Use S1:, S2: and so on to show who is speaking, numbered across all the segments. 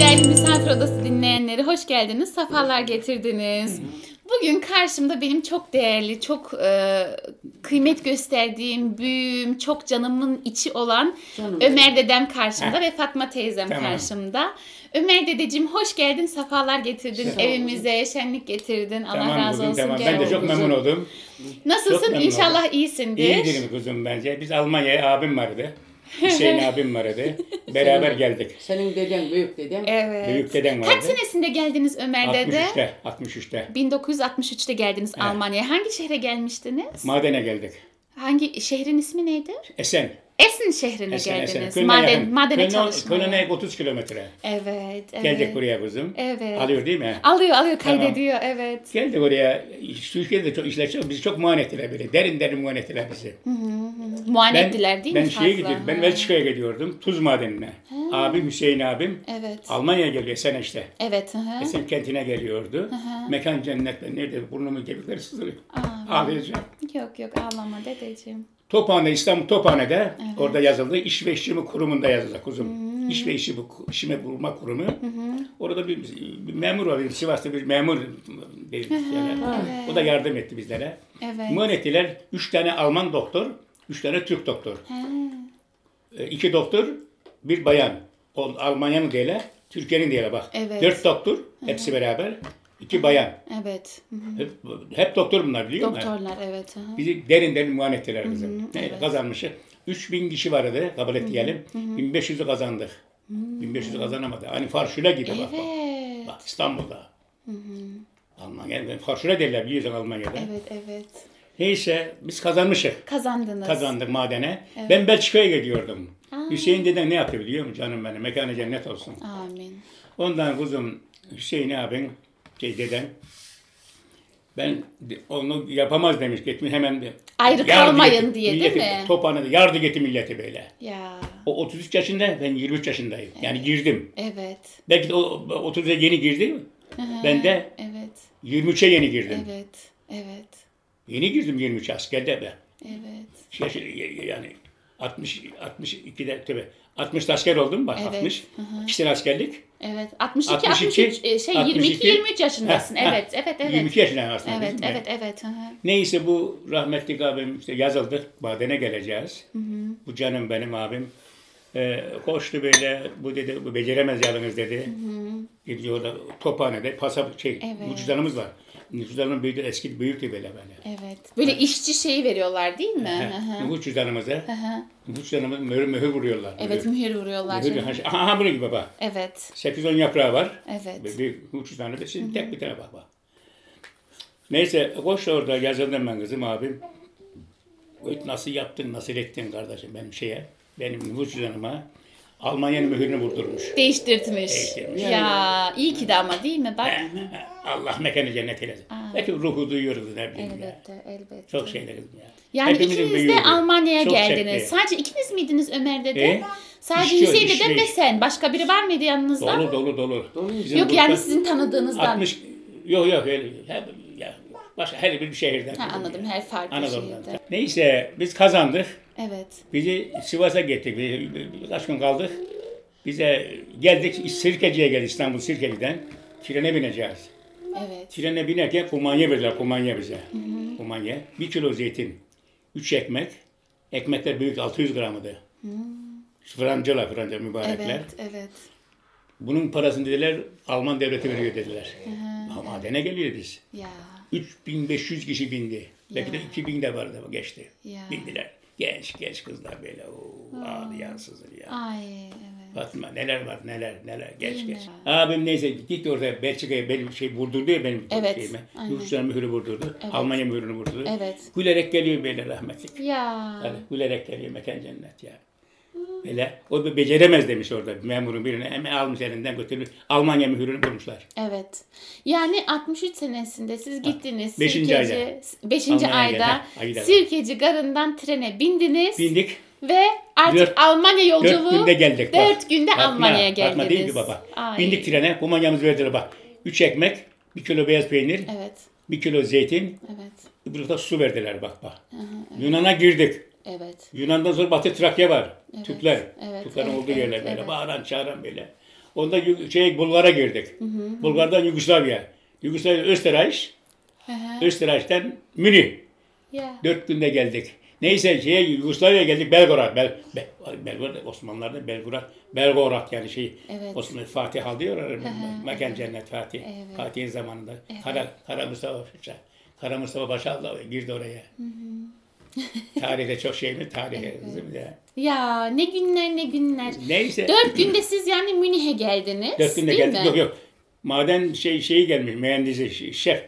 S1: Tiyatro Odası dinleyenleri hoş geldiniz, sefalar getirdiniz. Bugün karşımda benim çok değerli, çok e, kıymet gösterdiğim, büyüğüm, çok canımın içi olan
S2: Canım.
S1: Ömer dedem karşımda ve Fatma teyzem
S3: Tamam.
S1: karşımda. Ömer dedeciğim hoş geldin, sefalar getirdin
S2: Sağ olun.
S1: evimize, şenlik getirdin. Allah
S3: Tamam
S1: razı
S3: kuzum
S1: olsun.
S3: tamam.
S1: gel
S3: Ben de
S1: oğlum.
S3: çok
S2: kuzum.
S3: memnun oldum.
S1: Nasılsın?
S3: çok memnun
S1: İnşallah
S3: oldum.
S1: iyisindir.
S3: İyidir kuzum bence. Şey, Biz Almanya'ya abim vardı. Hüseyin abim vardı. Beraber geldik.
S2: Senin deden büyük deden.
S1: Evet.
S3: Büyük dedem vardı.
S1: Kaç senesinde geldiniz Ömer dede?
S3: 63'te. 63'te.
S1: 1963'te geldiniz
S3: Evet.
S1: Almanya'ya. Hangi şehre gelmiştiniz?
S3: Madene geldik.
S1: Hangi şehrin ismi nedir?
S3: Esen.
S1: Esin şehrine
S3: Esen, Esen.
S1: geldiniz.
S3: Köln'e
S1: Maden,
S3: yakın.
S1: madene
S3: Köln'e-
S1: çalışmaya.
S3: Köln'e 30 kilometre.
S1: Evet, evet.
S3: Geldik buraya kuzum.
S1: Evet.
S3: Alıyor değil mi?
S1: Alıyor, alıyor,
S3: Tamam.
S1: kaydediyor. Evet.
S3: Geldik oraya. Türkiye'de çok işler çok. Bizi çok muayene ettiler böyle. Derin derin muayene ettiler bizi.
S1: Muayene ettiler değil
S3: ben
S1: mi
S3: şeye
S1: fazla?
S3: gidiyordum. Ben
S1: Ha.
S3: Belçika'ya gidiyordum. Tuz madenine. Abim Hüseyin abim.
S1: Evet.
S3: Almanya'ya geliyor sen işte.
S1: Evet. Hı -hı.
S3: Esen kentine geliyordu. Mekan cennetten nerede burnumun kemikleri sızılıyor.
S1: Amin.
S3: Ağlayacağım.
S1: Yok yok ağlama dedeciğim.
S3: Tophane, İstanbul Tophane'de orada yazıldı. İş ve İşçimi Kurumu'nda yazıldı kuzum.
S1: Hmm.
S3: İş ve İşi bu İşime Bulma Kurumu. Orada bir, bir memur var. bir Sivas'ta bir memur dedi. yani. O da yardım etti bizlere.
S1: Evet.
S3: Muayene ettiler. Üç tane Alman doktor, üç tane Türk doktor. E, iki doktor, bir bayan. O Almanya'nın diyeler, Türkiye'nin diyeler bak.
S1: Evet.
S3: Dört doktor, hepsi beraber. iki bayan.
S1: Evet. Hı -hı.
S3: Hep, hep doktor bunlar biliyor musun?
S1: Doktorlar evet. Hı -hı.
S3: Bizi derin derin muayene ettiler bizim. Neydi, Kazanmışı. 3000 kişi vardı kabul et diyelim. 1500'ü kazandık. 1500'ü kazanamadı. Hani farşüle gibi bak. bak.
S1: Evet.
S3: Bak İstanbul'da. Almanya, farşüle derler biliyorsun Almanya'da.
S1: Evet evet.
S3: Neyse biz kazanmışık.
S1: Kazandınız.
S3: Kazandık madene. Ben Belçika'ya gidiyordum. Hüseyin deden ne yaptı biliyor musun canım benim? Mekanı cennet olsun.
S1: Amin.
S3: Ondan kuzum Hüseyin abim, şey dedem, ben de- onu yapamaz demiş gitmiş hemen bir.
S1: Ayrı
S3: yardı
S1: kalmayın
S3: getir-
S1: diye, değil
S3: milleti,
S1: mi?
S3: Tophanede yardı getir milleti böyle.
S1: Ya
S3: O 33 yaşında ben 23 yaşındayım. Yani girdim.
S1: evet.
S3: Belki de o o 30'a yeni girdi. Ben de
S1: Evet.
S3: 23'e yeni girdim.
S1: Evet. Evet.
S3: Yeni girdim 23 askerde ben.
S1: Evet.
S3: Şey- şey, yani 60 62'de tabii 60 asker oldum bak
S1: Evet,
S3: 60. İkişer askerlik.
S1: Evet. 62
S3: 62,
S1: 63 e, şey 22
S3: 62,
S1: 23 yaşındasın.
S3: heh, heh.
S1: Evet. Evet. Evet.
S3: 22 yaşındayım aslında.
S1: Evet.
S3: kızım ben.
S1: Evet. Evet. Hı hı.
S3: Neyse bu rahmetli abim işte yazıldık. Badene geleceğiz. Bu canım benim abim. Ee, koştu böyle. Bu dedi bu beceremez yalnız dedi. Gidiyor da tophanede pasa şey
S1: Evet.
S3: cüzdanımız var. Cüzdanım büyüdü eski büyüktü böyle böyle.
S1: Evet. Böyle işçi şeyi veriyorlar değil mi? Hı hı.
S3: Heh, Nüfus cüzdanımıza
S1: hı.
S3: nüfus cüzdanımıza mühür, mühür vuruyorlar.
S1: Evet.
S3: mühür.
S1: Mühür vuruyorlar.
S3: Mühür-
S1: canım.
S3: aha, aha bunun gibi baba.
S1: Evet.
S3: 8-10 yaprağı var.
S1: Evet.
S3: Bir- Bir uç tane de şimdi tek bir tane bak bak. Neyse koş orada yazıldım ben kızım abim. Oy, Nasıl yaptın, nasıl ettin kardeşim benim şeye, benim nüfus cüzdanıma Almanya'nın mühürünü vurdurmuş.
S1: Değiştirtmiş.
S3: Değiştirmiş.
S1: Ya iyi ki de ama değil mi? Bak.
S3: Allah mekanı cennet eylesin. Belki ruhu duyuyoruz ne bileyim ya.
S1: Elbette, elbette.
S3: Çok şeyler kızım ya.
S1: Yani
S3: Hepimizin
S1: ikiniz de
S3: büyüğüydü.
S1: Almanya'ya
S3: Çok
S1: geldiniz.
S3: çekti.
S1: Sadece ikiniz miydiniz Ömer dede?
S3: E?
S1: Sadece
S3: İşçi-
S1: Hüseyin
S3: işçi-
S1: dedem ve sen. Başka biri var mıydı yanınızda?
S3: Dolu dolu dolu. Bizim
S1: Yok yani
S3: burada
S1: sizin tanıdığınızdan.
S3: 60 yok yok öyle. Hep, ya, başka her bir şehirden.
S1: Ha, anladım her farklı
S3: Anadolu'dan.
S1: şehirde.
S3: Neyse biz kazandık.
S1: Evet.
S3: Bizi Sivas'a gittik. Bir, bir- birkaç gün kaldık. Bize geldik Sirkeci'ye geldik İstanbul Sirkeci'den. Trene bineceğiz.
S1: Evet.
S3: Trene binerken kumanya verdiler kumanya bize. Kumanya. Bir kilo zeytin. Üç ekmek. Ekmekler büyük 600 gramıydı. Francalar, franca mübarekler.
S1: Evet. Evet.
S3: Bunun parasını dediler Alman devleti veriyor dediler. Ama madene geliyor biz.
S1: Ya.
S3: 3500 kişi bindi. Belki de 2000 de vardı ama geçti.
S1: Ya.
S3: Bindiler. Genç genç kızlar böyle o ağlayan sızır ya.
S1: Ay evet.
S3: Fatma neler var neler neler geç
S1: Değil mi?
S3: geç. Abim neyse gitti orada Belçika'ya benim şey vurdurdu ya benim
S1: Evet,
S3: şeyime.
S1: aynen.
S3: Yurtçılar mühürü vurdurdu. Almanya mühürünü vurdurdu.
S1: Evet.
S3: Gülerek geliyor böyle rahmetli.
S1: Ya.
S3: Hadi gülerek geliyor mekan cennet ya. Böyle o da beceremez demiş orada memurun birine. Hemen almış elinden götürmüş. Almanya mühürünü vurmuşlar.
S1: Evet. Yani 63 senesinde siz gittiniz.
S3: beşinci
S1: Sirkeci, 5. ayda,
S3: Almanya'ya gel- ayda var.
S1: Sirkeci garından trene bindiniz
S3: Bindik.
S1: ve artık
S3: Dört-
S1: Almanya yolculuğu
S3: Dört günde geldik. bak.
S1: dört günde
S3: Fatma,
S1: Almanya'ya geldiniz.
S3: Fatma değil ki baba.
S1: Ay.
S3: Bindik trene. Kumanyamız verdiler bak. Üç ekmek, bir kilo beyaz peynir,
S1: Evet.
S3: bir kilo zeytin,
S1: Evet.
S3: bir da su verdiler bak bak. Yunan'a girdik.
S1: Evet.
S3: Yunan'dan sonra Batı Trakya var. Türkler.
S1: evet,
S3: Türklerin
S1: evet,
S3: olduğu yerler
S1: evet,
S3: böyle.
S1: evet.
S3: Bağıran çağıran böyle. Onda Yu- şey Bulgar'a girdik. Bulgar'dan Yugoslavya. Yugoslavya Österreich. Österreich'ten Münih.
S1: Ya.
S3: Dört günde geldik. Neyse şeye Yugoslavya'ya geldik Belgorad. Bel, Be- Belgorad Osmanlılar'da Belgorad. Belgorad yani şey
S1: Evet.
S3: Osmanlı Fatih Hal diyorlar. Mekan Cennet Fatih.
S1: Evet.
S3: Fatih'in zamanında. Kara, Kara Mustafa Paşa. Kara Mustafa Paşa Allah girdi oraya. Tarihte çok şey mi? Tarihe. bizim de.
S1: Ya ne günler ne günler.
S3: Neyse.
S1: Dört günde siz yani Münih'e geldiniz.
S3: Dört günde
S1: değil
S3: geldik.
S1: mi?
S3: Yok yok. Maden şey şeyi gelmiş. Mühendisi ş- şef.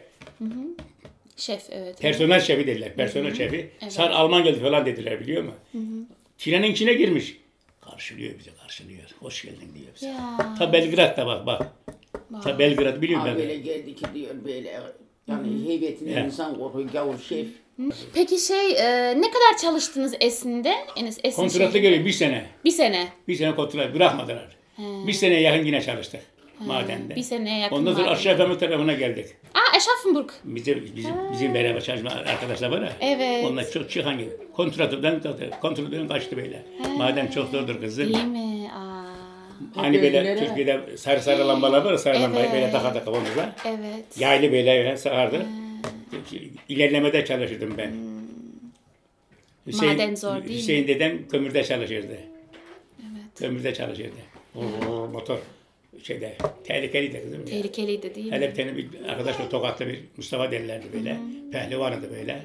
S1: Şef evet.
S3: Personel şefi dediler. Personel şefi. Sar Alman geldi falan dediler biliyor musun? Trenin içine girmiş. Karşılıyor bizi karşılıyor. Hoş geldin diyor bize.
S1: Ya.
S3: Ta Belgrad'da bak bak. Ta Belgrad biliyorum
S2: Ha
S3: ben.
S2: böyle
S3: de.
S2: geldi ki diyor böyle. Yani heybetine
S3: Evet.
S2: insan korkuyor. Gavur şef.
S1: Peki şey e, ne kadar çalıştınız Esin'de? Enes Esin
S3: Kontratla
S1: şey-
S3: görüyor bir sene.
S1: Bir sene.
S3: Bir sene kontrat bırakmadılar. Bir sene yakın yine çalıştık madende.
S1: Bir seneye yakın.
S3: Ondan sonra
S1: madem.
S3: aşağı Efendi tarafına geldik.
S1: Aa Eşafenburg.
S3: Bizim, bizim, bizim beraber çalışma arkadaşlar var ya.
S1: Evet.
S3: Onlar çok çıkan gibi. Kontratörden, kontratörden kaçtı böyle. Madem çok zordur kızım.
S1: Değil mi? Aa,
S3: Hani böyle
S2: Gözlere.
S3: Türkiye'de sarı sarı lambalar var ya, sarı
S1: Ee, Evet.
S3: lambayı böyle taka taka kafamıza.
S1: evet.
S3: Yaylı böyle sarardı.
S1: Ee.
S3: İlerlemede çalışırdım ben.
S1: Hmm. Maden zor değil mi?
S3: Hüseyin dedem kömürde çalışırdı. Kömürde çalışırdı. Oo, motor şeyde tehlikeliydi kızım. ya.
S1: Tehlikeliydi değil mi?
S3: Hele bir tane bir arkadaşla tokatlı bir Mustafa derlerdi böyle. Pehlivanıydı böyle.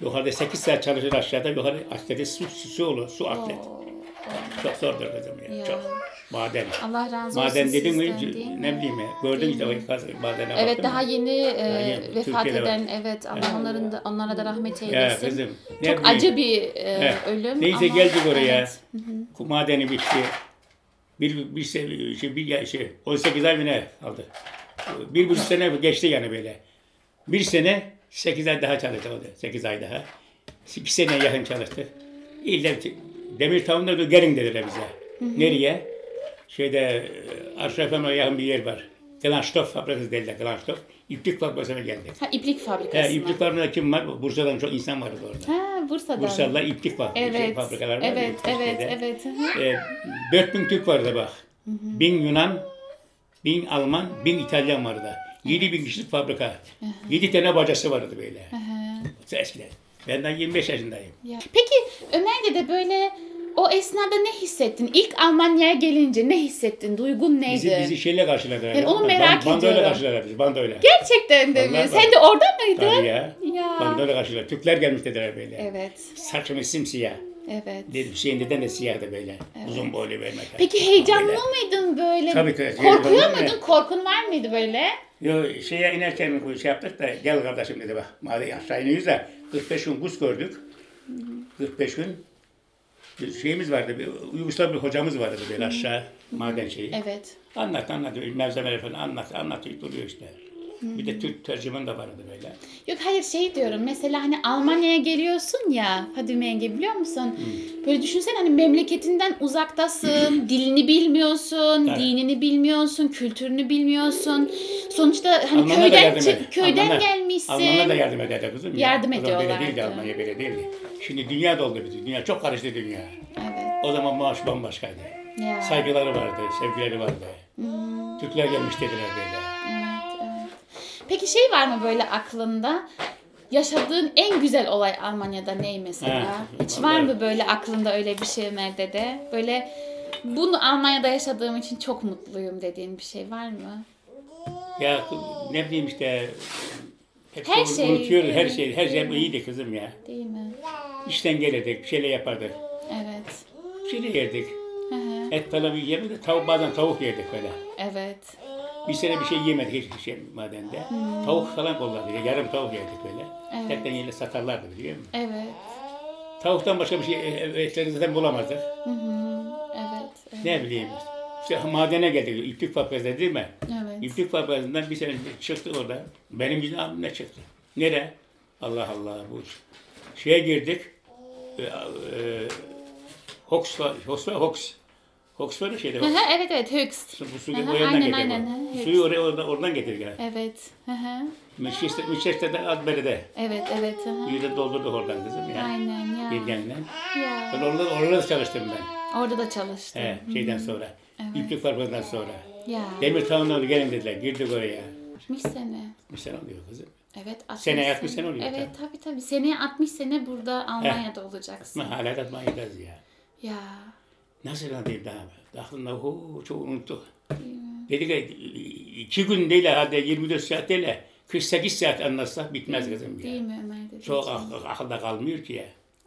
S3: Yukarıda 8 saat çalışır aşağıda yukarı atleti su, su, su olur. Su atlet. Çok zordur kızım ya.
S1: Ya.
S3: Çok. Maden.
S1: Allah razı olsun
S3: Maden dedim mi
S1: sizden, değil mi?
S3: ne bileyim ya. Gördüm işte o kaz- madene baktım.
S1: Evet daha
S3: ya.
S1: yeni e,
S3: yeni,
S1: vefat
S3: Türkiye'de
S1: eden evet Allah onların da, onlara da rahmet
S3: Ya
S1: eylesin.
S3: kızım. ne
S1: Çok
S3: bileyim.
S1: acı bir e,
S3: Evet.
S1: ölüm
S3: Neyse
S1: ama
S3: geldik oraya.
S1: evet.
S3: Madeni bitti. Bir, bir, se- şey, bir ya- şey, 18 ay mı ne aldı? Bir buçuk sene geçti yani böyle. Bir sene 8 ay daha çalıştı. 8 ay daha. 2 sene yakın çalıştı. İlle demir da gelin dediler bize. Nereye? Şeyde Aşrafem'e yakın bir yer var. Klanstof fabrikası dediler. Klanstof. İplik fabrikasına geldik.
S1: Ha iplik fabrikasına.
S3: He, İplik fabrikasında kim var? Bursa'dan çok insan vardı orada.
S1: Ha Bursa'dan.
S3: Bursa'da iplik var.
S1: Evet.
S3: Şey, fabrikalar var.
S1: evet, evet,
S3: Türkiye'de.
S1: evet. Hı hı.
S3: Ee, 4000 Türk vardı bak. 1000 Yunan, 1000 Alman, 1000 İtalyan vardı. 7000 kişilik fabrika. 7 tane bacası vardı böyle. Eskiden. Benden 25 yaşındayım.
S1: Ya. Peki Ömer'de de böyle o esnada ne hissettin? İlk Almanya'ya gelince ne hissettin? Duygun neydi?
S3: Bizi, bizi şeyle karşıladılar.
S1: Yani onu merak
S3: Bandoyla
S1: ediyorum.
S3: karşıladılar bizi. Bandoyla.
S1: Gerçekten de mi?
S3: Vallahi
S1: Sen
S3: bak.
S1: de orada mıydın?
S3: Tabii ya.
S1: Ya.
S3: Bandoyla karşıladılar. Türkler gelmiş dediler böyle.
S1: Evet,
S3: Saçımı simsiyah.
S1: evet.
S3: Dedim Hüseyin deden de siyahdı böyle. Uzun boylu böyle.
S1: Peki heyecanlı
S3: Böyle.
S1: mıydın böyle?
S3: Tabii ki.
S1: Korkuyor
S3: Heyecanlı.
S1: muydun? Korkun var mıydı böyle?
S3: Yo, şeye inerken mi şey yaptık da gel kardeşim dedi bak. Mavi aşağı iniyoruz da 45 gün buz gördük. 45 gün bir şeyimiz vardı. Bir, Yugoslav bir hocamız vardı böyle aşağı maden şeyi.
S1: Evet.
S3: Anlat anlat mevzemeleri falan anlat anlatıyor duruyor işte. Bir de Türk tercüman da vardı böyle.
S1: Yok hayır şey diyorum mesela hani Almanya'ya geliyorsun ya Fadime yenge biliyor musun?
S3: Hmm.
S1: Böyle düşünsen hani memleketinden uzaktasın, dilini bilmiyorsun,
S3: Evet.
S1: dinini bilmiyorsun, kültürünü bilmiyorsun. Sonuçta hani
S3: Almanlar da
S1: köyden
S3: yardım ed-
S1: çı- köyden
S3: Almanlar-
S1: gelmişsin.
S3: Almanlar da yardım ederdi kızım. ya.
S1: Yardım
S3: O zaman Böyle değildi
S1: ediyorlardı.
S3: Almanya böyle değildi. Şimdi dünya doldu bizi. Dünya çok karıştı dünya.
S1: Evet.
S3: O zaman maaş bambaşkaydı.
S1: Ya.
S3: Saygıları vardı, sevgileri vardı. Türkler gelmiş dediler böyle.
S1: Evet, evet. Peki şey var mı böyle aklında? Yaşadığın en güzel olay Almanya'da ney mesela?
S3: Ha,
S1: Hiç var
S3: vallahi.
S1: mı böyle aklında öyle bir şey Ömer'de de? Böyle bunu Almanya'da yaşadığım için çok mutluyum dediğin bir şey var mı?
S3: Ya ne bileyim işte hep
S1: Her
S3: her
S1: şey
S3: unutuyoruz
S1: iyi.
S3: her şeyi. Her şey iyiydi kızım ya.
S1: Değil mi?
S3: İşten gelirdik, bir şeyler yapardık.
S1: Evet.
S3: Bir şeyler yerdik.
S1: Hı hı.
S3: Et falan bir yemedik de tavuk, bazen tavuk yerdik böyle.
S1: evet.
S3: Bir sene bir şey yemedik hiçbir şey madende. Tavuk falan kolladık. Yarım tavuk yerdik böyle.
S1: Evet.
S3: Tekten yerle satarlardı biliyor musun?
S1: Evet.
S3: Tavuktan başka bir şey e- e- etleri zaten bulamazdık.
S1: Hı hı. Evet. Evet.
S3: Ne bileyim. İşte madene geldik. İplik fabrikası değil mi?
S1: Evet.
S3: İplik fabrikasından bir sene çıktı orada. Benim yüzüm ne çıktı? Nere? Allah Allah bu. Şeye girdik. E, e, Hox var. Hox var. Hox. Hox var ya şeyde.
S1: Hı hı, evet evet höchst.
S3: Su, bu suyu
S1: Hı hı,
S3: o yandan
S1: aynen,
S3: getirdi.
S1: aynen, hı,
S3: Suyu oraya oradan, oradan getirdi. Yani.
S1: Evet. Hı hı.
S3: Manchester- Manchester'dan Adberi'de.
S1: Evet evet. Hı hı.
S3: Yüzde doldurduk oradan kızım ya.
S1: Aynen ya.
S3: Yengenle.
S1: Ya.
S3: Ben orada, orada çalıştım ben.
S1: Orada da çalıştın.
S3: He, şeyden sonra. İplik fabrikadan sonra.
S1: Ya.
S3: Demir tavandan gelin dediler. Girdik oraya.
S1: 60 sene.
S3: Bir sene oluyor kızım.
S1: Evet 60
S3: Seneye 60 sene oluyor Eh.
S1: Evet tabii tabii. Seneye 60 sene burada Almanya'da olacaksın.
S3: Ama hala da Almanya'dayız ya.
S1: Ya.
S3: Nasıl anlayayım daha? Aklımda ho, çok unuttuk. Dedi ki iki gün değil hadi 24 saat değil. 48 saat anlatsak bitmez kızım ya.
S1: Değil mi Ömer dedi.
S3: Çok ak- ak- akılda kalmıyor ki ya.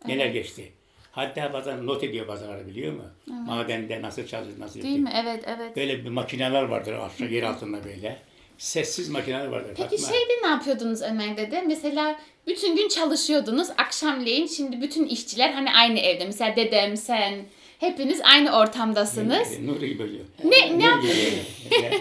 S3: Neler geçti. Hatta bazen not ediyor bazıları biliyor mu? Madende nasıl çalışır, nasıl
S1: Değil
S3: yapıyor.
S1: mi? Evet evet.
S3: Böyle bir makineler vardır aşağı yer altında böyle. Sessiz makineler vardır.
S1: Peki şey şeyde ne yapıyordunuz Ömer dede? Mesela bütün gün çalışıyordunuz. Akşamleyin şimdi bütün işçiler hani aynı evde. Mesela dedem, sen hepiniz aynı ortamdasınız.
S3: Nur gibi böyle.
S1: Ne- ne
S3: Nur gibi böyle.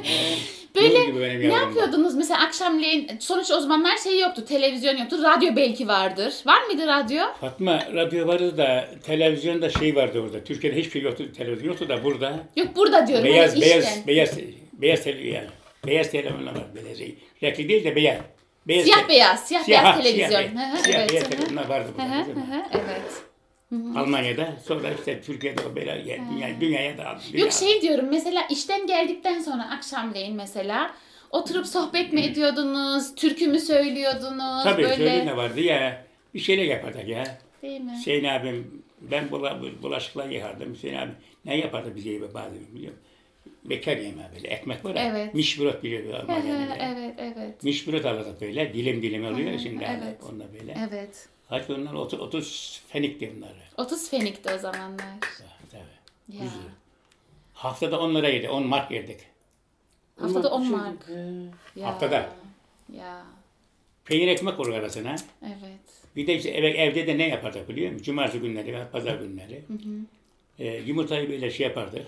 S1: Böyle
S3: Nur gibi benim
S1: ne
S3: yavrum.
S1: yapıyordunuz? Mesela akşamleyin sonuç o zamanlar şey yoktu. Televizyon yoktu. Radyo belki vardır. Var mıydı radyo?
S3: Fatma radyo vardı da televizyonda şey vardı orada. Türkiye'de hiçbir şey yoktu televizyon yoktu da burada
S1: Yok burada diyorum.
S3: beyaz
S1: hani işte.
S3: beyaz beyaz beyaz televizyon yani. Beyaz televizyonlar var böyle şey. Renkli değil de beyaz. beyaz
S1: Siyah
S3: te-
S1: beyaz, siyah, beyaz televizyon.
S3: şey. Siyah,
S1: Hı hı,
S3: siyah
S1: evet,
S3: beyaz
S1: hı hı.
S3: televizyonlar vardı
S1: Hı
S3: burada.
S1: hı,
S3: bizim.
S1: hı hı, evet.
S3: Almanya'da sonra işte Türkiye'de o böyle ya- dünya, dünyaya da
S1: Yok şey diyorum mesela işten geldikten sonra akşamleyin mesela oturup sohbet mi ediyordunuz, türkü mü söylüyordunuz
S3: Tabii
S1: böyle
S3: şöyle ne vardı ya bir şeyler yapardık ya.
S1: değil mi?
S3: Hüseyin abim ben bula, bulaşıklar yıkardım. Hüseyin abim ne yapardı bize gibi bazen biliyor musun? Bekar yemeği böyle ekmek var ya.
S1: Evet.
S3: Mişbrot biliyor
S1: Hı hı,
S3: Almanya'da.
S1: evet evet
S3: Mişbrot alırdık böyle dilim dilim oluyor ya şimdi
S1: evet.
S3: evet. onda böyle.
S1: evet.
S3: Kaç onlar 30, 30 fenikti bunlar.
S1: 30 Fenik'ti o zamanlar.
S3: Tabii.
S1: Ya.
S3: Yüz lira. Haftada 10 lira yedik, 10 mark yedik.
S1: Haftada
S2: şey,
S1: 10 mark.
S2: e,
S1: Ya.
S3: Haftada.
S1: Ya.
S3: Peynir ekmek olur arasına.
S1: Evet.
S3: Bir de işte eve, evde de ne yapardık biliyor musun? Cumartesi günleri ve pazar günleri. Ee, yumurtayı böyle şey yapardık.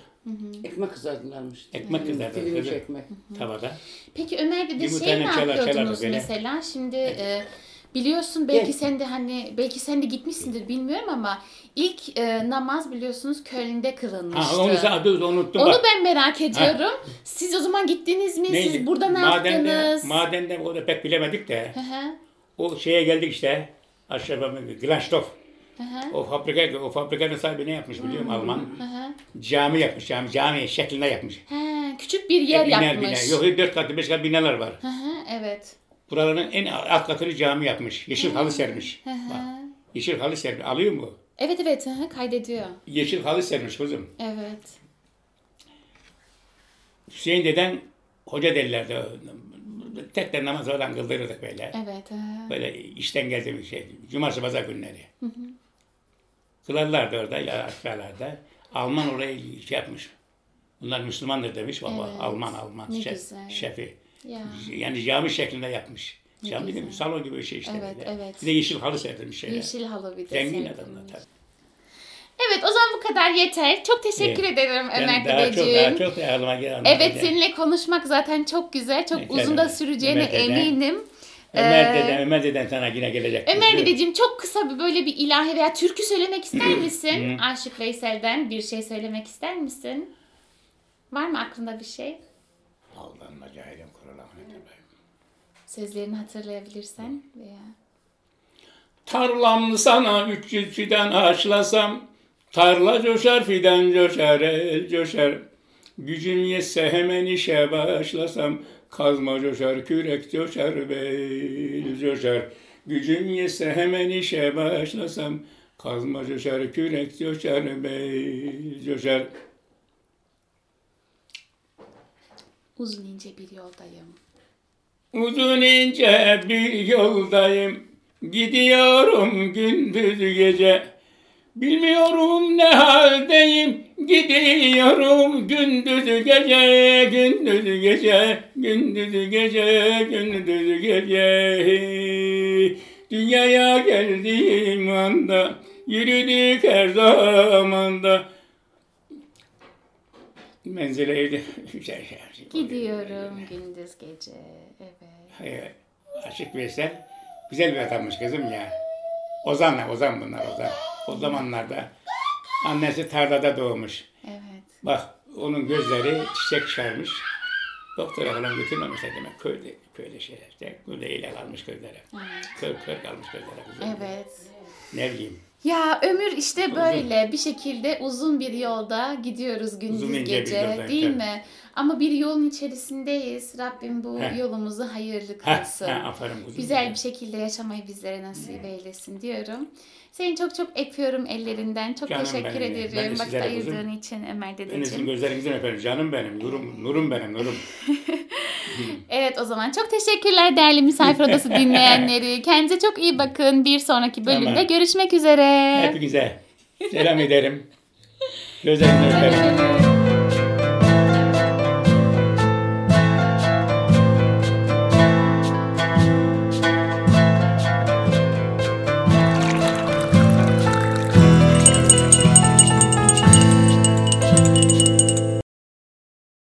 S2: Ekmek kızartılarmış.
S3: Ekmek kızartırdık,
S2: Dilimci
S3: evet.
S2: ekmek.
S3: Tavada.
S1: Peki Ömer bir de
S3: Yumurtayla
S1: şey ne
S3: çalar, çalardı
S1: yapıyordunuz
S3: böyle.
S1: mesela? Şimdi e, biliyorsun belki
S2: Gel.
S1: sen de hani belki sen de gitmişsindir bilmiyorum ama ilk e, namaz biliyorsunuz Köln'de kılınmıştı.
S3: Ha, onu sen dur, unuttum
S1: Onu
S3: bak.
S1: ben merak ediyorum. Siz o zaman gittiniz mi?
S3: Neydi?
S1: Siz burada ne
S3: madende,
S1: yaptınız?
S3: Madende o da pek bilemedik de.
S1: Hı hı,
S3: o şeye geldik işte. Aşağı Glanstoff.
S1: hı hı,
S3: O fabrika, o fabrikanın sahibi ne yapmış biliyor musun? Alman.
S1: hı hı.
S3: Cami yapmış, cami, cami şeklinde yapmış.
S1: He, küçük bir yer
S3: E, biner,
S1: yapmış.
S3: Biner. Yok, yok, dört katlı, beş katlı binalar var.
S1: Hı hı, evet.
S3: Buraların en alt katını cami yapmış. Yeşil halı sermiş.
S1: Hı hı.
S3: Bak, yeşil halı sermiş. Alıyor mu?
S1: Evet evet hı hı, kaydediyor.
S3: Yeşil halı sermiş kızım.
S1: Evet.
S3: Hüseyin deden hoca derlerdi. Tekrar namaz falan kıldırırdık böyle.
S1: Evet. hı hı.
S3: Böyle işten geldiğim şey. Cumartesi pazar günleri. Kılarlardı orada ya aşağılarda. Alman orayı şey yapmış. Bunlar Müslümandır demiş baba.
S1: Evet.
S3: Alman Alman.
S1: Ne
S3: şef-
S1: güzel.
S3: Şefi.
S1: Ya.
S3: Yani cami şeklinde yapmış. Cami
S1: güzel.
S3: değil mi? Salon gibi bir şey işte.
S1: Evet,
S3: böyle.
S1: evet.
S3: Bir de yeşil halı serdirmiş şeyler.
S1: Yeşil halı bir de.
S3: Zengin
S1: sevdim.
S3: adamlar tabii.
S1: Evet o zaman bu kadar yeter. Çok teşekkür
S3: Evet.
S1: ederim Ömer
S3: Yani daha çok daha
S1: dedeciğim.
S3: çok da yardıma gelen
S1: Evet
S3: dede.
S1: seninle konuşmak zaten çok güzel. Çok
S3: Evet,
S1: uzun da
S3: evet.
S1: süreceğine
S3: Ömer dede.
S1: eminim.
S3: Ömer
S1: Ee,
S3: deden, Ömer deden sana yine gelecek.
S1: Ömer dedeciğim çok kısa bir böyle bir ilahi veya türkü söylemek ister misin? Aşık Veysel'den bir şey söylemek ister misin? Var mı aklında bir şey?
S3: Aldanma cahilim kurala Ahmet Efendi.
S1: Sözlerini hatırlayabilirsen veya
S3: Tarlam sana üç yüz fidan aşlasam, tarla coşar fidan coşar el coşar. Gücüm yetse hemen işe başlasam, kazma coşar kürek coşar bel coşar. Gücüm yetse hemen işe başlasam, kazma coşar kürek coşar bel coşar.
S1: uzun ince bir yoldayım.
S3: Uzun ince bir yoldayım, gidiyorum gündüz gece. Bilmiyorum ne haldeyim, gidiyorum gündüz gece, gündüz gece, gündüz gece, gündüz gece. Dünyaya geldiğim anda, yürüdük her zamanda. Menzile erdi-
S1: Gidiyorum gündüz gece. Evet.
S3: Hayır, Aşık Veysel güzel bir adammış kızım ya. Ozan, Ozan bunlar Ozan. O zamanlarda annesi tarlada doğmuş.
S1: Evet.
S3: Bak onun gözleri çiçek çıkarmış. Doktora falan götürmemişler demek. Köyde, köyde şeyler. Köyde ile kalmış gözlere. Kör kör kalmış gözlere kızım.
S1: Evet.
S3: Ne bileyim.
S1: Ya ömür işte böyle bir şekilde uzun bir yolda gidiyoruz gündüz
S3: Uzun ince bir
S1: gece
S3: yoldan,
S1: değil
S3: tabii.
S1: mi? Ama bir yolun içerisindeyiz. Rabbim bu
S3: Heh.
S1: yolumuzu hayırlı
S3: Ha,
S1: kılsın.
S3: ha, aferin kuzum.
S1: Güzel bir şekilde yaşamayı bizlere nasip eylesin diyorum. Seni çok çok öpüyorum ellerinden. Çok
S3: Canım
S1: teşekkür
S3: benim ya.
S1: ederim.
S3: Ben de
S1: Vakit
S3: sizlere kuzum.
S1: ayırdığın için Ömer
S3: Enes'in
S1: dedeciğim.
S3: gözlerinizden öperim. Canım benim. Nurum, nurum benim. Nurum.
S1: Evet o zaman çok teşekkürler değerli misafir odası dinleyenleri. Kendinize çok iyi bakın. Bir sonraki bölümde
S3: Tamam.
S1: görüşmek üzere.
S3: Hepinize selam ederim. Gözlerinizden öperim.